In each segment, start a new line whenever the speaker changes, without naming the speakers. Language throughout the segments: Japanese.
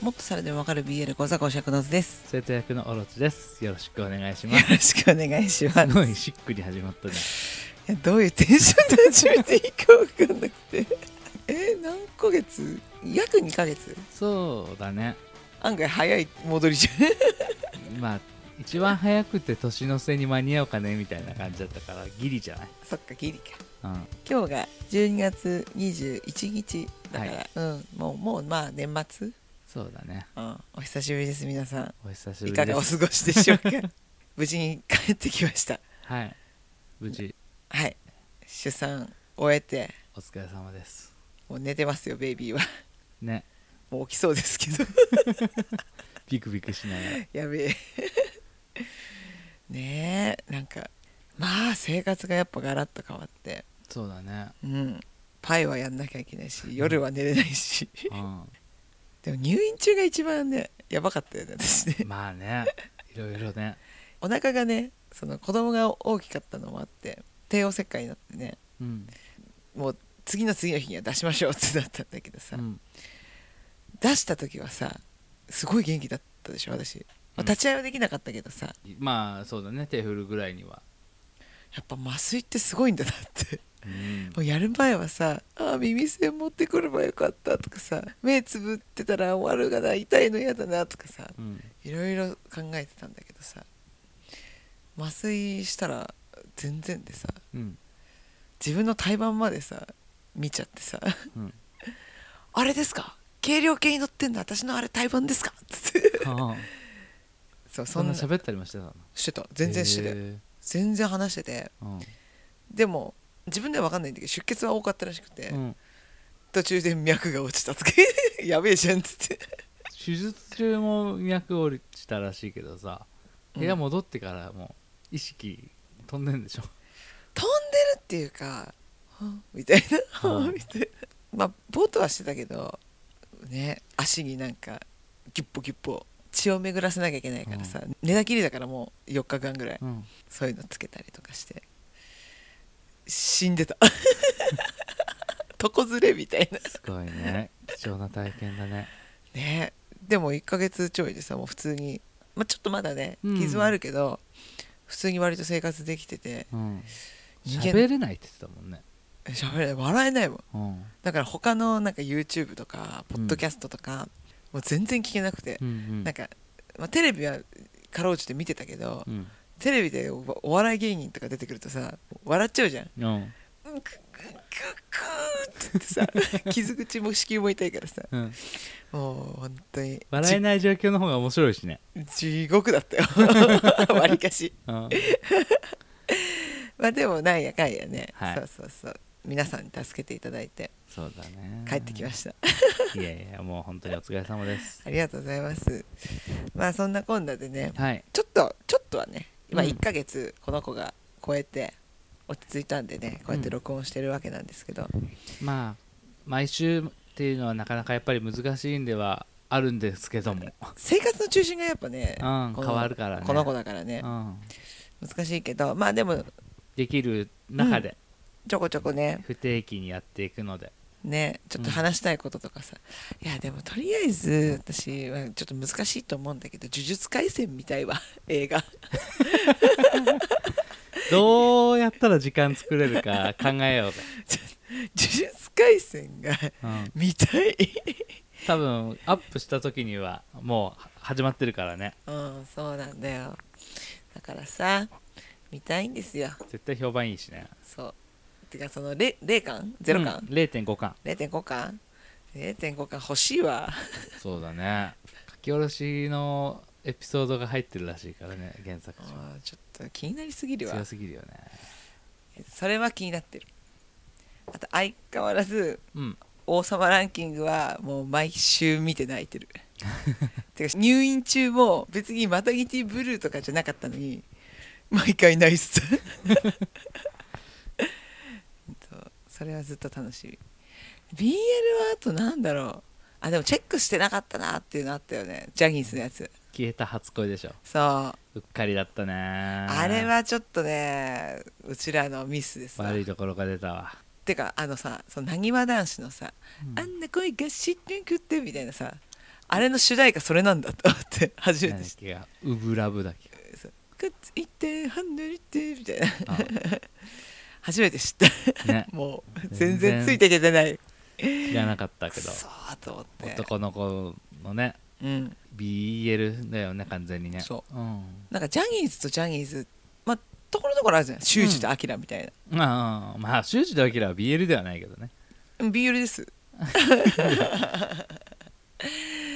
もっとそれでもわかる BL 講座講釈の図です
生徒役のオロチですよろしくお願いし
よ
ます
ろしくお願いします
すごいしっくり始まったね
いやどういうテンションで始めていいか分かんなくて え何ヶ月約2ヶ月
そうだね
案外早い戻りじゃん
まあ一番早くて年の瀬に間に合うかねみたいな感じだったからギリじゃない、
そっかギリか
うん、
今日が12月21日だから、
は
うんもうもうまあ年末、
そうだね
うん、お久しぶりです皆さん
お久しぶ
い
り
か
で
がお過
す
ごしでしょうか 無事に帰ってきました
はい無事
はい出産終えて
お疲れ様です
もう寝てますよベイビーは
ね
もう起きそうですけど
ビクビクしながら
やべえねえなんかまあ生活がやっぱガラッと変わって
そうだね
うんパイはやんなきゃいけないし夜は寝れないし、
うん
でも入院中が一番ねやばかったよね私ね
まあねいろいろね
お腹がねその子供が大きかったのもあって帝王切開になってね
うん、
もう次の次の日には出しましょうってなったんだけどさ、
うん、
出した時はさすごい元気だったでしょ私、まあ
うん
立ち会いはできなかったけどさや
まあそうだね手振るぐらいには、
っぱ麻酔ってすごいんだなって
うん
もうやる前はさ「ああ耳栓持ってくればよかった」とかさ「目つぶってたら終わるがな痛いの嫌だな」とかさ
うん、
いろいろ考えてたんだけどさ麻酔したら全然でさ
うん
自分の胎盤までさ見ちゃってさ「
うん、
あれですか軽量計に乗ってんだ私のあれ胎盤ですか?」つって
ああ
そうそ
そん
ん
な
な
喋ったりもしてたの
してた全然してた
へ
よ
え
全然話してて
うん
でも自分では分かんないんだけど出血は多かったらしくて、
うん、
途中で脈が落ちたとか やべえじゃんっつって
手術中も脈落ちたらしいけどさ
うん
部屋戻ってからもう意識飛んでんでしょ、
飛んでるっていうかはみたいな
は
はいみたいなまあボートはしてたけどね足になんかギュッポギュッポ血を巡らせなきゃいけないからさ、寝たきりだからもう4日間ぐらい
うん、
そういうのつけたりとかして死ん でた床ずれみたいな
すごいね貴重な体験だね
ねでも1ヶ月ちょいでさもう普通に、まあ、ちょっとまだね
うん
傷はあるけど、普通に割と生活できてて
うん
人間
喋れないって言ってたもんね
喋れない笑えないもん
うん
だから他のなんか YouTube とかポッドキャストとか、もう全然聞けなくて、
うん
なんか、まあ、テレビはかろうじて見てたけど、
うん
テレビでおお笑い芸人とか出てくるとさ笑っちゃうじゃん。
うん
ククククーって言っ てさ傷口も子宮も痛いからさ
うん、
もう本当に
笑えない状況の方が面白いしね、
地獄だったよ わりかし
うん、
まあでもなんやかんやね、
はい
そうそうそう皆さんに助けていただいて
そうだね
帰ってきました
たいやいやもう本当にお疲れ様です
ありがとうございますまあそんなこんなでね
はい
ちょっとちょっとはね今
うん
1ヶ月この子が超えて落ち着いたんでねこうやって
うん
録音してるわけなんですけど、
まあ毎週っていうのはなかなかやっぱり難しいんではあるんですけども、
生活の中心がやっぱね、
うん
この
変わるからね
この子だから
う
ね、
ん、
難しいけどまあでも
できる中で
ちょこちょこね
不定期にやっていくので、
ねちょっと話したいこととかさ、いやでもとりあえず私はちょっと難しいと思うんだけど「呪術廻戦」みたいわ 映画
どうやったら時間作れるか考えようぜ、
呪術廻戦が
うん、
見たい
多分アップした時にはもう始まってるからね
うんそうなんだよだからさ見たいんですよ
絶対評判いいしね
そうてかその 0, 0巻0巻、
うん、0.5巻
0.5巻0.5巻欲しいわ
そうだね書き下ろしのエピソードが入ってるらしいからね原作中
あーちょっと気になりすぎるわ
強すぎるよね
それは気になってるあと相変わらず
うん
王様ランキングはもう毎週見て泣いてる てか入院中も別にマタギティブルーとかじゃなかったのに毎回泣いてた そうそれはずっと楽しみ BL はあとなんだろうあでもチェックしてなかったなっていうのあったよねジャニーズのやつ
消えた初恋でしょ
そうあ
うっかりだったねあ
れはちょっとねうちらのミスですわ
悪いところが出たわ、
てかあのさそのなにわ男子のさ
うん
あんな恋がしにくってみたいなさあれの主題歌それなんだと思 って初め
何
て
だっ
知っ
けがウブラブだっけ
てそうくっついてハンドルってみたいな
あ
初めて知った
ね
もう全
全然
然ついていけてない
知らなかったけど
そうと思って
男の子のね
うん、
BL だよね完全にね、
そう
ん、
なんかジャニーズとジャニーズまあところどころあるじゃない修二とアキラみたいな、
まあうんまあ修士とアキラは BL ではないけどね
うん、ビールです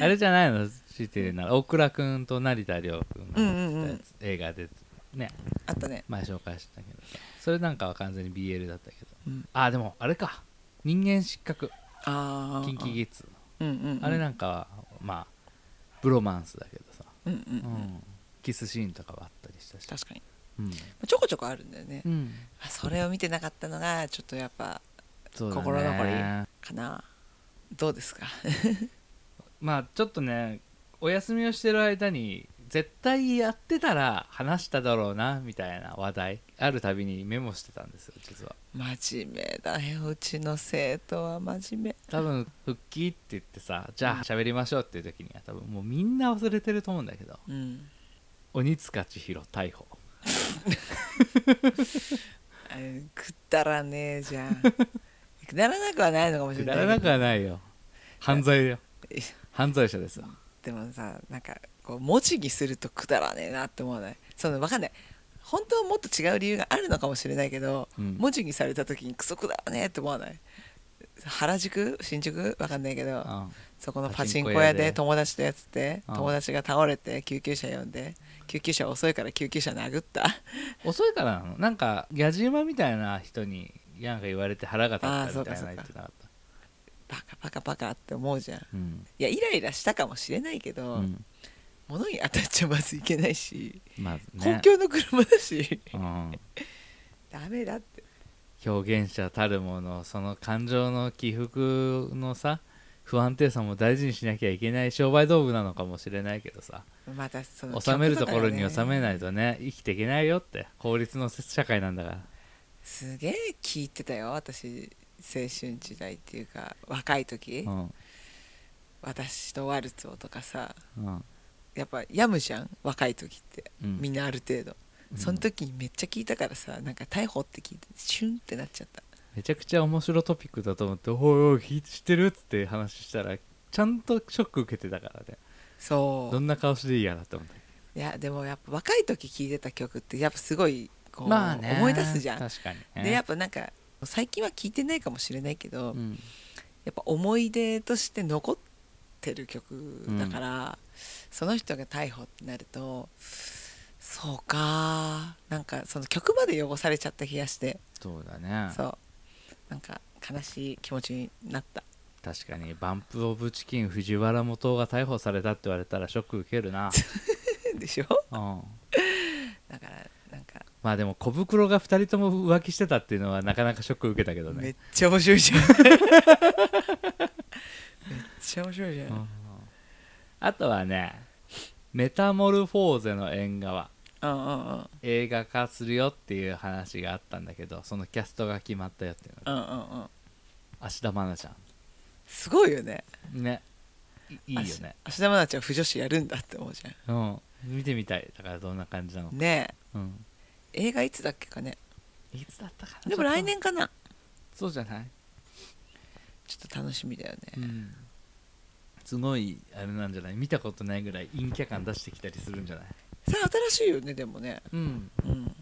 あれじゃないの知ってるなら大倉君と成田凌君が
うんうんうん
やつ映画でね
あったね
前紹介したけどさそれなんかは完全に BL だったけど、
うん
あでもあれか人間失格
ああ
キンキキッズ
うんうんうん
あれなんかはまあブロマンスだけどさ、
うんうんう
うんんキスシーンとかはあったりしたし、
確かに
うん
ちょこちょこあるんだよね、
うん
あそれを見てなかったのがちょっとやっぱ
そうだね
心残りかなどうですか
まあちょっとねお休みをしてる間に絶対やってたら話しただろうなみたいな話題あるたびにメモしてたんですよ実は
真面目だようちの生徒は真面
多分復帰って言ってさじゃあ喋りましょうっていう時には多分もうみんな忘れてると思うんだけど
目うん
鬼塚千尋逮捕
あれくだらねえじ ゃんくだらなくはないのかもし
く
れ
だ
ないけど
らなくはないよ犯罪よ犯罪者ですよ
でもさなんかこう文字にするとくだらねえなって思わないそのわかんない本当はもっと違う理由があるのかもしれないけど、
うん
文字にされた時にクソくだらねえって思わない原宿新宿わかんないけど、
うん
そこの
パ
パ
チ
チン
ンコ
コ
屋
屋
で
で友達とやってて
うん
友達が倒れて救急車呼んで救急車遅いから救急車殴った
遅いからなのなんかヤジ馬みたいな人になんか言われて腹が立ったみたいなの言ってなかった
バカバカバカって思うじゃんい
うん、
やイライラしたかもしれないけ
う
ど、
ん、
物に当たっちゃまずいけないし、
まず
公
ね
共の車だし
うん
ダメだって
表現者たるものその感情の起伏のさ不安定さも大事にしなきゃいけない商売道具なのかもしれないけどさ
またその
収めるところに収め
い
ないとね生きていけないよって法律の社会なんだから
すげえ聞いてたよ私青春時代っていうか若い時、
うん
私とワルツをとかさ
うん
やっぱ病むじゃん若い時って、
うん
みんなある程度
うん
その時にめっちゃ聞いたからさなんか逮捕って聞いてシュンってなっちゃった
めちゃくちゃ面白トピックだと思って「おいおい聞い知ってる?」っつって話したらちゃんとショック受けてたからね
そ
どんな顔していいやなって思って
ういやでもやっぱ若い時聞いてた曲ってやっぱすごいこう、
まあね
思い出すじゃん、
確かにね
でやっぱなんか最近は聞いてないかもしれないけど、
うん
やっぱ思い出として残ってる曲だから、その人が逮捕ってなるとそうかーなんかその曲まで汚されちゃった気がして、
そうだね
そうなんか悲しい気持ちにな った
確かにバンプ・オブ・チキン藤原元が逮捕されたって言われたらショック受ける な、
でしょ
うん、
だからなんか
まあでも小袋が2人とも浮気してたっていうのはなかなかショック受けたけど
め
ね
っちゃ面白いじゃん めっちゃ面白いじゃん、
うんあとはね「メタモルフォーゼの縁側
うんうんうん」
映画化するよっていう話があったんだけどそのキャストが決まったよっていうのが
うんうんうん
芦田愛菜ちゃ
すごいよね
んねいいいいよね
芦田愛菜ちゃん腐女子やるんだって思うじゃ
うん見てみたいだからどんな感じなの
んね
うん
え映画いつだっけかね
いつだったかな
でも
ちょっと
来年かな
そうじゃない
ちょっと楽しみだよね、
うんすごいあれなんじゃない見たことないぐらい陰キャ感出してきたりするんじゃない
さあ新しいよねでもね
うん
うん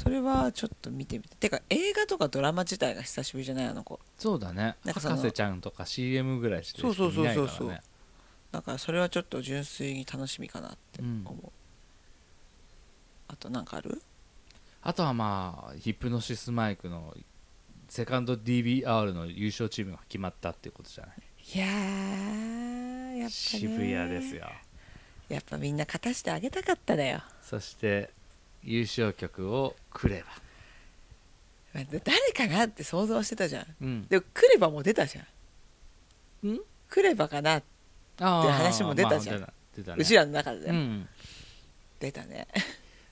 それはちょっと見てみててか映画とかドラマ自体が久しぶりじゃないあの子
そうだね
なんかその
博士ちゃんとか CM ぐらいして
そうそうそうそう
見ないからね
だからそれはちょっと純粋に楽しみかなって思う、あとなんかある
あとはまあヒプノシスマイクのセカンド DBR の優勝チームが決まったっていうことじゃない
いやーやっぱ、ね、
渋谷ですよ
やっぱみんな勝たしてあげたかっただよ
そして優勝曲をくれば
まあだ誰かなって想像してたじゃん
うん
でもクレバも出たじゃん
うん
クレバかな、
あ
って話も出たじゃん
まあ出た出たね
うちらの中で、
うん
出たね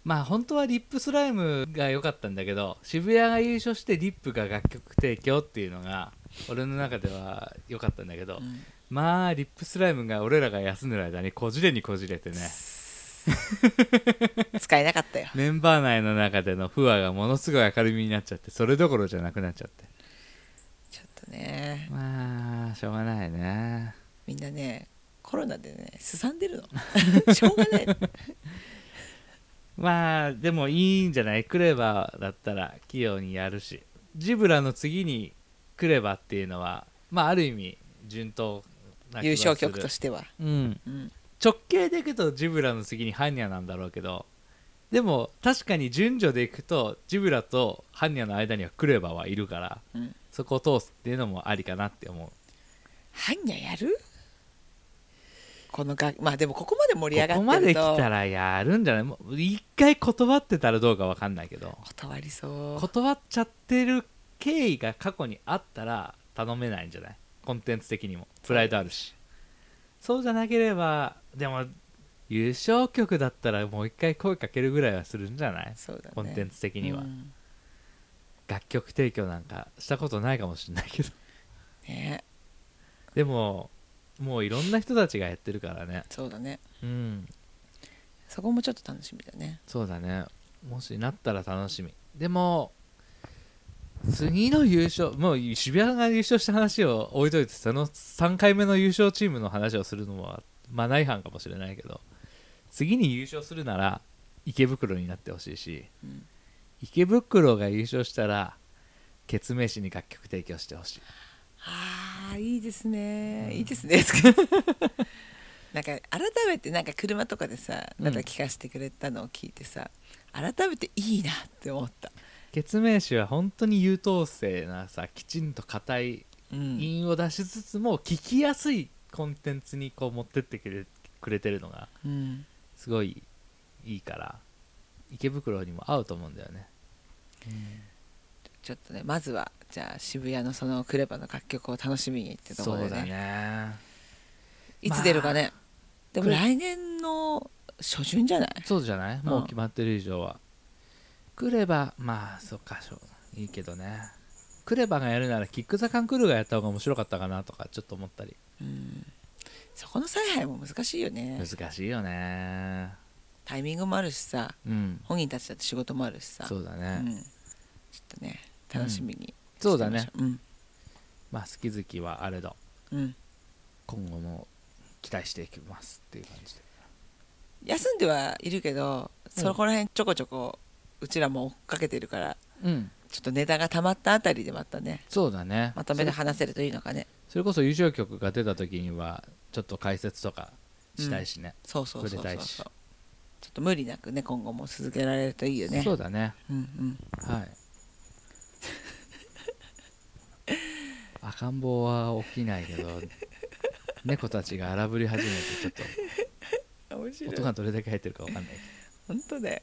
まあ本当はリップスライムが良かったんだけど渋谷が優勝してリップが楽曲提供っていうのが俺の中では良かったんだけ
う
ど、
ん
まあリップスライムが俺らが休んでる間にこじれにこじれてね
使えなかったよ
メンバー内の中での不和がものすごい明るみになっちゃってそれどころじゃなくなっちゃって
ちょっとね
まあしょうがないね
みんなねコロナでねすさんでる のしょうがない
まあでもいいんじゃないクレバだったら器用にやるしジブラの次にクレバっていうのはまあある意味順当な、
優勝曲としてては、
うん、
うん、
直径でいくとジブラの次にハンニャなんだろうけどでも確かに順序でいくとジブラとハンニャの間にはクレバはいるから
うん、
そこを通すっていうのもありかなって思う
ハンニャやるこのがまあでもここまで盛り上が
ここ
っ
ま
てる
で
と
来たらやるんじゃないもう一回断ってたらどうかわかんないけど
断りそう
断っちゃってる経緯が過去にあったら頼めないんじゃないコンテンツ的にもプライドあるしそうじゃなければでも優勝曲だったらもう一回声かけるぐらいはするんじゃない
そうだね
コンテンツ的には、
うん
楽曲提供なんかしたことないかもしれないけど
ね
でももういろんな人たちがやってるからね
そうだね
うん
そこもちょっと楽しみだね
そうだねもしなったら楽しみでも次の優勝もう渋谷が優勝した話を置いといてその3回目の優勝チームの話をするのはマナー違反かもしれないけど次に優勝するなら池袋になってほしいし
うん
池袋が優勝したらケツメイシに楽曲提供してほしい
あーいいですね、いいですね なんか改めてなんか車とかでさ
うん
また聞かせてくれたのを聞いてさ、改めていいなって思った、
ケツメイシは本当に優等生なさきちんと硬い
うん
韻を出しつつも聞きやすいコンテンツにこう持ってってくれくれてるのが
うん
すごいいいから池袋にも合うと思うんだよね
ちょっとねまずはじゃあ渋谷のそのクレバの楽曲を楽しみにってところで、ね、
ね
いつ出るかね、でも
これ
来年の初旬じゃない
そうじゃないも
う
うん決まってる以上は、クレバまあそっかしょういいけどねクレバがやるならキック・ザ・カンクルーがやった方が面白かったかなとかちょっと思ったり
うんそこの采配も難しいよね
難しいよね
タイミングもあるしさ
うん
本人たちだって仕事もあるしさ
そうだ
う
ね、
ん、ちょっとね楽しみに、
そうだね
うん
まあ好き好きはあれど
うん
今後も期待していきますっていう感じで
休んではいるけど
うん
そこら辺ちょこちょこうちらも追っかけてるから
うん
ちょっとネタが溜まったあたりでまたね
そうだね
まとめて話せるといいのかね
それこそ優勝曲が出た時にはちょっと解説とかしたいしね、
そうそうそうそう
触
そ
れ
う
たいし
ちょっと無理なくね今後も続けられるといいよね
そうだね
うんうん
はい赤ん坊は起きないけど猫たちが荒ぶり始めてちょ
面
っ
白
と音がどれだけ入ってるかわかんないけど
本当だよ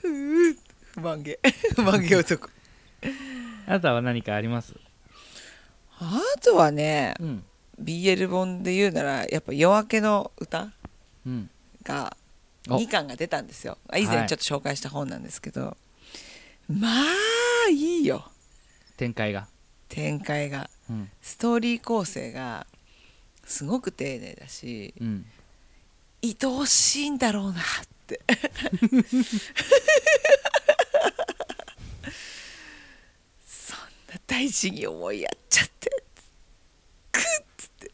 ふう不満 げ不満げ男
あなたは何かあります
あとはね
うん
BL 本で言うならやっぱ「夜明けの歌
うん
が
お
2巻が出たんですよあ以
は
前
い
ちょっと紹介した本なんですけど、まあいいよ
展開が
展開が
うん
ストーリー構成がすごく丁寧だし
うん
愛おしいんだろうなってそんな大事に思いやっちゃってくっつってっ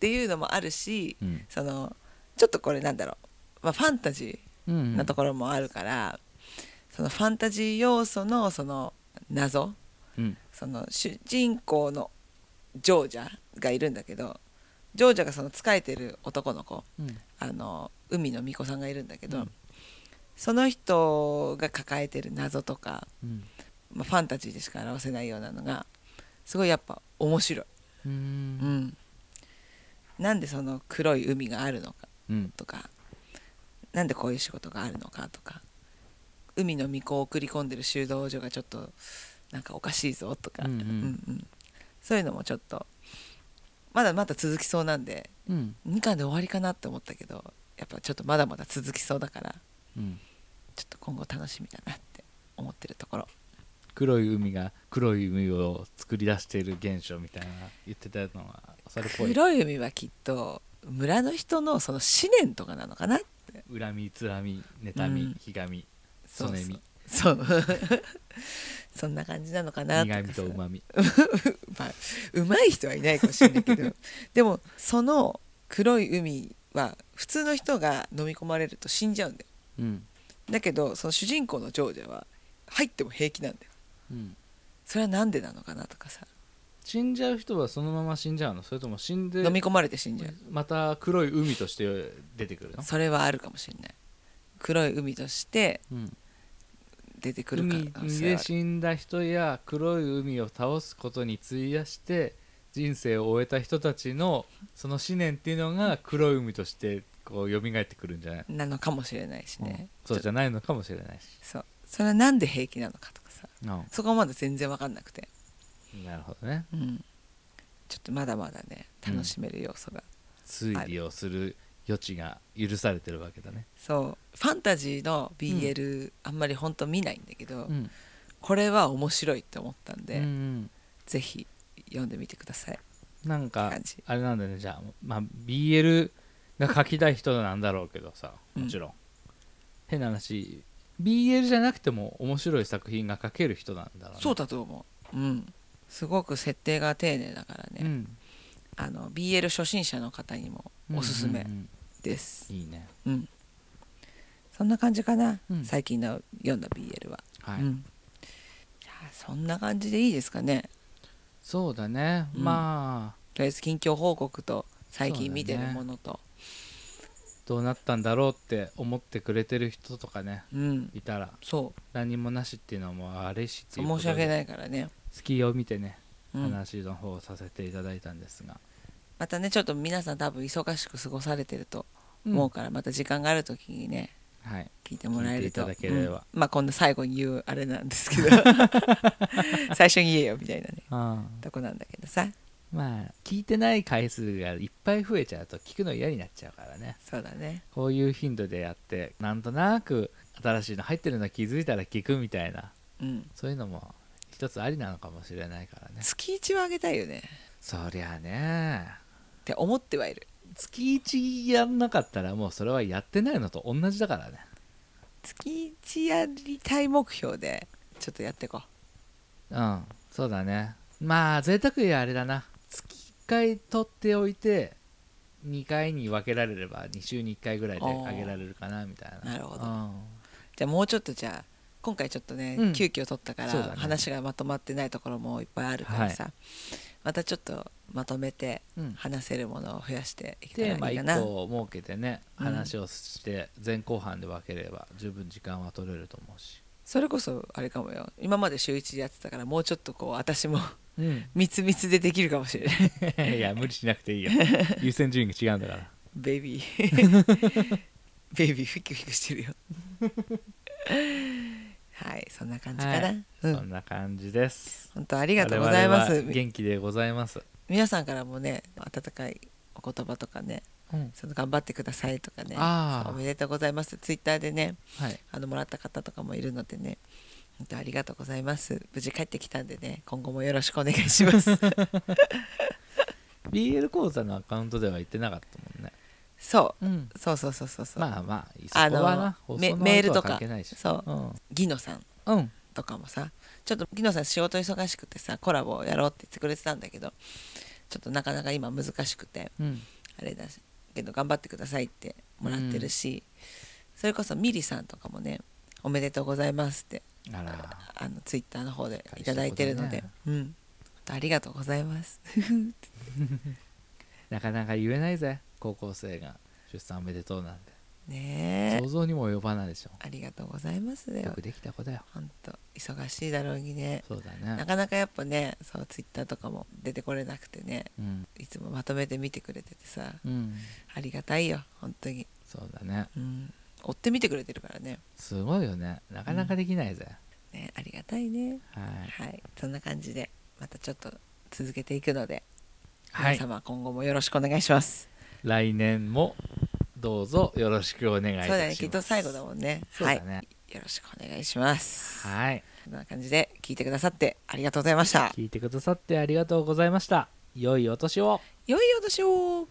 ていうのもあるし、
うん
そのちょっとこれなんだろう、まあ、ファンタジ
うんう
ー
ん
なところもあるから、そのファンタジー要素のその謎
うん
その主人公のジョージャがいるんだけどジョージャがその仕えてる男の子、
うん
あの海の巫女さんがいるんだけど、
うん
その人が抱えてる謎とか、
うん
まあ、ファンタジーでしか表せないようなのがすごいやっぱ面白い、う
う
んん、なんでその黒い海があるのか
うん
とかなんでこういう仕事があるのかとか海の巫女を送り込んでる修道女がちょっとなんかおかしいぞとか、
うんうん
うんうんそういうのもちょっとまだまだ続きそうなんで
うん
2巻で終わりかなって思ったけどやっぱちょっとまだまだ続きそうだから
うん
ちょっと今後楽しみだなって思ってるところ
黒い海が黒い海を作り出している現象みたいな言ってたのはそれっぽい
黒い海はきっと村の人のその思念とかなのかなって
恨みつらみ妬み、
うん
ひがみ
そ
そうね
そ
み
うそう そんな感じなのかな
苦み
さ
とうまみ
まあ、うまい人はいないかもしれないけ どでもその黒い海は普通の人が飲み込まれると死んじゃうんだよ
うん
だけどその主人公のジョージャは入っても平気なんだよ
うん
それはなんでなのかなとかさ
死んじゃう人はそのまま死んじゃうのそれとも死んで
飲み込まれて死んじゃう
また黒い海として出てくるの
それはあるかもしれない黒い海として
うん
出てくる
海
可能性
で
はある
死んだ人や黒い海を倒すことに費やして人生を終えた人たちのその思念っていうのが黒い海としてこう蘇ってくるんじゃない、
なのかもしれないし
うん
ね、
そうじゃないのかもしれないし、
そうそれはなんで平気なのかとかさそこはまだ全然分かんなくて、
なるほどね
うん、ちょっとまだまだね楽しめる要素が
推理をする余地が許されてるわけだね
そうファンタジーの BL、あんまり本当見ないんだけど、
うん
これは面白いって思ったんで、
うん
ぜひ読んでみてください
なんか
感じ
あれなんだねじゃあ、まあ、BL が書きたい人なんだろうけどさもちろん、変な話 BL じゃなくても面白い作品が書ける人なんだろうね
そうだと思ううんすごく設定が丁寧だからね、
うん
あの BL 初心者の方にもおすすめ
うん
です
いいね
うん、そんな感じかな、
うん
最近の読んだ BL は、
はい
うんいやそんな感じでいいですかね
そうだね
うん
まあ
とりあえず近況報告と最
そうだ
近
ね
見てるものと
どうなったんだろうって思ってくれてる人とかね
うん
いたら
そう
何もなしっていうのはもうあれしっていうこ
申
と
し
で
訳ないからね、
隙を見てね
うん、
話の方をさせていただいたんですが、
またねちょっと皆さん多分忙しく過ごされてると思うからまた時間がある時にね
はい
聞いてもらえると
聞いていただければ
うんまあこんな最後に言うあれなんです けど最初に言えよみたいなね
ああ
とこなんだけどさ
まあ聞いてない回数がいっぱい増えちゃうと聞くの嫌になっちゃうからね
そうだね
こういう頻度でやってなんとなく新しいの入ってるの気づいたら聞くみたいな
うん
そういうのも一つありなのかもしれないからね
月一はあげたいよね
そりゃあね
って思ってはいる
月一やんなかったらもうそれはやってないのと同じだからね
月一やりたい目標でちょっとやっていこ
うんそうだねまあ贅沢言えばあれだな月1回取っておいて2回に分けられれば2週に1回ぐらいであげられるかなみたいな
なるほど
うん
うじゃあもうちょっとじゃあ今回ちょっとね、
うん
急遽取ったから、
そうだね
話がまとまってないところもいっぱいあるからさ、またちょっとまとめて
うん
話せるものを増やしていけ
テー
た
マ
らいいかな、
1個を設けてね
うん
話をして前後半で分ければ十分時間は取れると思うし、
それこそあれかもよ今まで週1でやってたからもうちょっとこう私も
うん
密密でできるかもしれない
いや無理しなく ていいよ優先順位が違うんだから
ベイビー ベイビーフィクフィクしてるよはいそんな感じかな、
はい
うん
そんな感じです
本当ありがとうございま
我
す
々は元気でございます、
皆さんからもね温かいお言葉とかね
うん
その頑張ってくださいとかね
あー
そうおめでとうございますツイッターでね
はい、
あのもらった方とかもいるのでね本当ありがとうございます無事帰ってきたんでね今後もよろしくお願いします
BL 講座のアカウントでは言ってなかったもんね
そう
うん
そうそうそうそうそう、
まあまあ
あ
そこ
の
はな放送
メ
の
メール
後
と
は
か
関係ないし
そうギノさん
んうん
とかもさちょっとギノさん仕事忙しくてさコラボやろうって言ってくれてたんだけどちょっとなかなか今難しくて
うん
あれだしけど頑張ってくださいってもらってるし、それこそミリさんとかもねおめでとうございますって
あら
あのツイッターの方でいただいてるので、
大したこ
うん本当ありがとうございます
なかなか言えないぜ高校生が出産おめでとうなんて
ねえ
想像にも及ばないでしょ
ありがとうございますだ
よ
よ
くできた子だよ
本当忙しいだろうにね
そうだ
な
ね
かなかやっぱねそうツイッターとかも出てこれなくてね
うん
いつもまとめて見てくれててさ
うん
ありがたいよ本当に、
そうだね
うん、追って見てくれてるからね
すごいよねなかなかできないぜ、
ねありがたいね
はい、
はいそんな感じでまたちょっと続けていくので
は
皆
い、
様今後もよろしくお願いします、
来年もどうぞよろしくお願いいたし
そうだ
ま
ね
す
きっと最後だもんね
そうだね
はいよろしくお願いします
はい
そんな感じで聞いてくださってありがとうございました
聞いてくださってありがとうございました良いお年を
良いお年を